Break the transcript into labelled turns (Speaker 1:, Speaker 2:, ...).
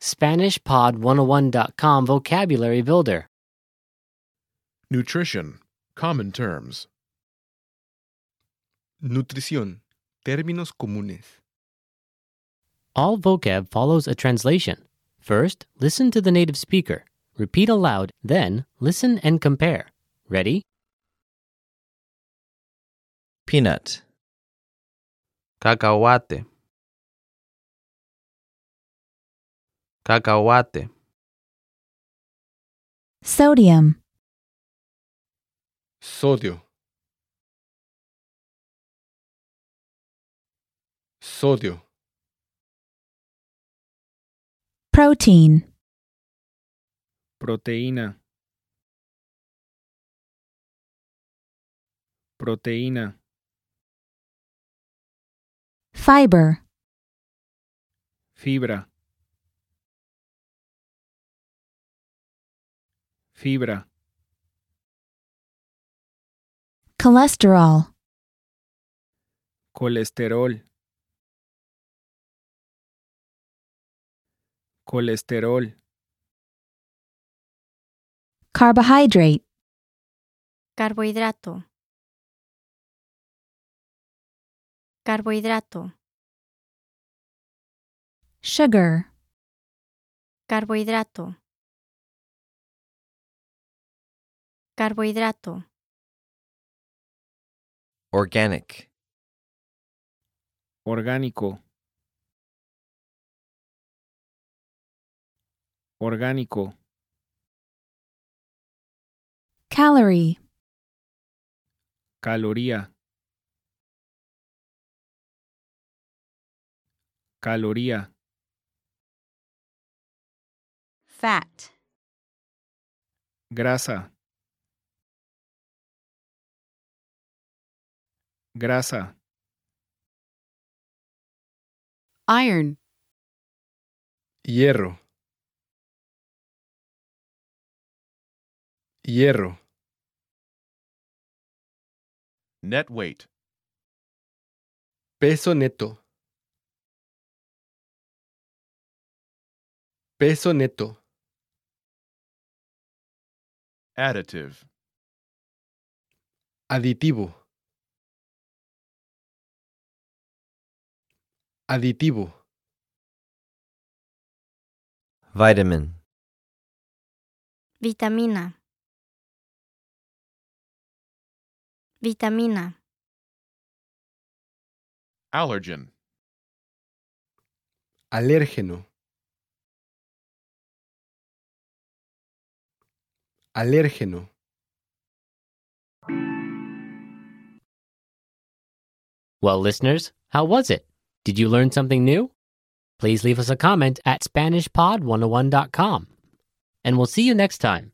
Speaker 1: SpanishPod101.com Vocabulary Builder.
Speaker 2: Nutrition. Common terms.
Speaker 3: Nutrición. Términos comunes.
Speaker 1: All vocab follows a translation. First, listen to the native speaker. Repeat aloud, then, listen and compare. Ready?
Speaker 4: Peanut.
Speaker 5: Cacahuate. Cacahuate.
Speaker 6: sodium,
Speaker 3: Sodio. Sodio.
Speaker 6: protein,
Speaker 7: Proteína. Proteína.
Speaker 6: fiber,
Speaker 7: Fibra. Fibra.
Speaker 6: cholesterol,
Speaker 7: Colesterol. Colesterol.
Speaker 6: carbohydrate,
Speaker 8: Carbohidrato. Carbohidrato.
Speaker 6: sugar,
Speaker 8: Carbohidrato. Carbohidrato.
Speaker 4: Organic.
Speaker 7: Orgánico. Orgánico.
Speaker 6: calorie,
Speaker 7: Caloría. Caloría.
Speaker 8: Fat.
Speaker 7: Grasa. Grasa.
Speaker 9: iron,
Speaker 3: Hierro. Hierro.
Speaker 2: Net weight.
Speaker 3: Peso neto. Peso neto.
Speaker 2: Additive.
Speaker 3: Aditivo. Aditivo.
Speaker 4: Vitamin.
Speaker 8: Vitamina. Vitamina.
Speaker 2: Allergen.
Speaker 3: Alérgeno. Alérgeno.
Speaker 1: Well, listeners, how was it? Did you learn something new? oh Please leave us a comment at SpanishPod101.com. And we'll see you next time.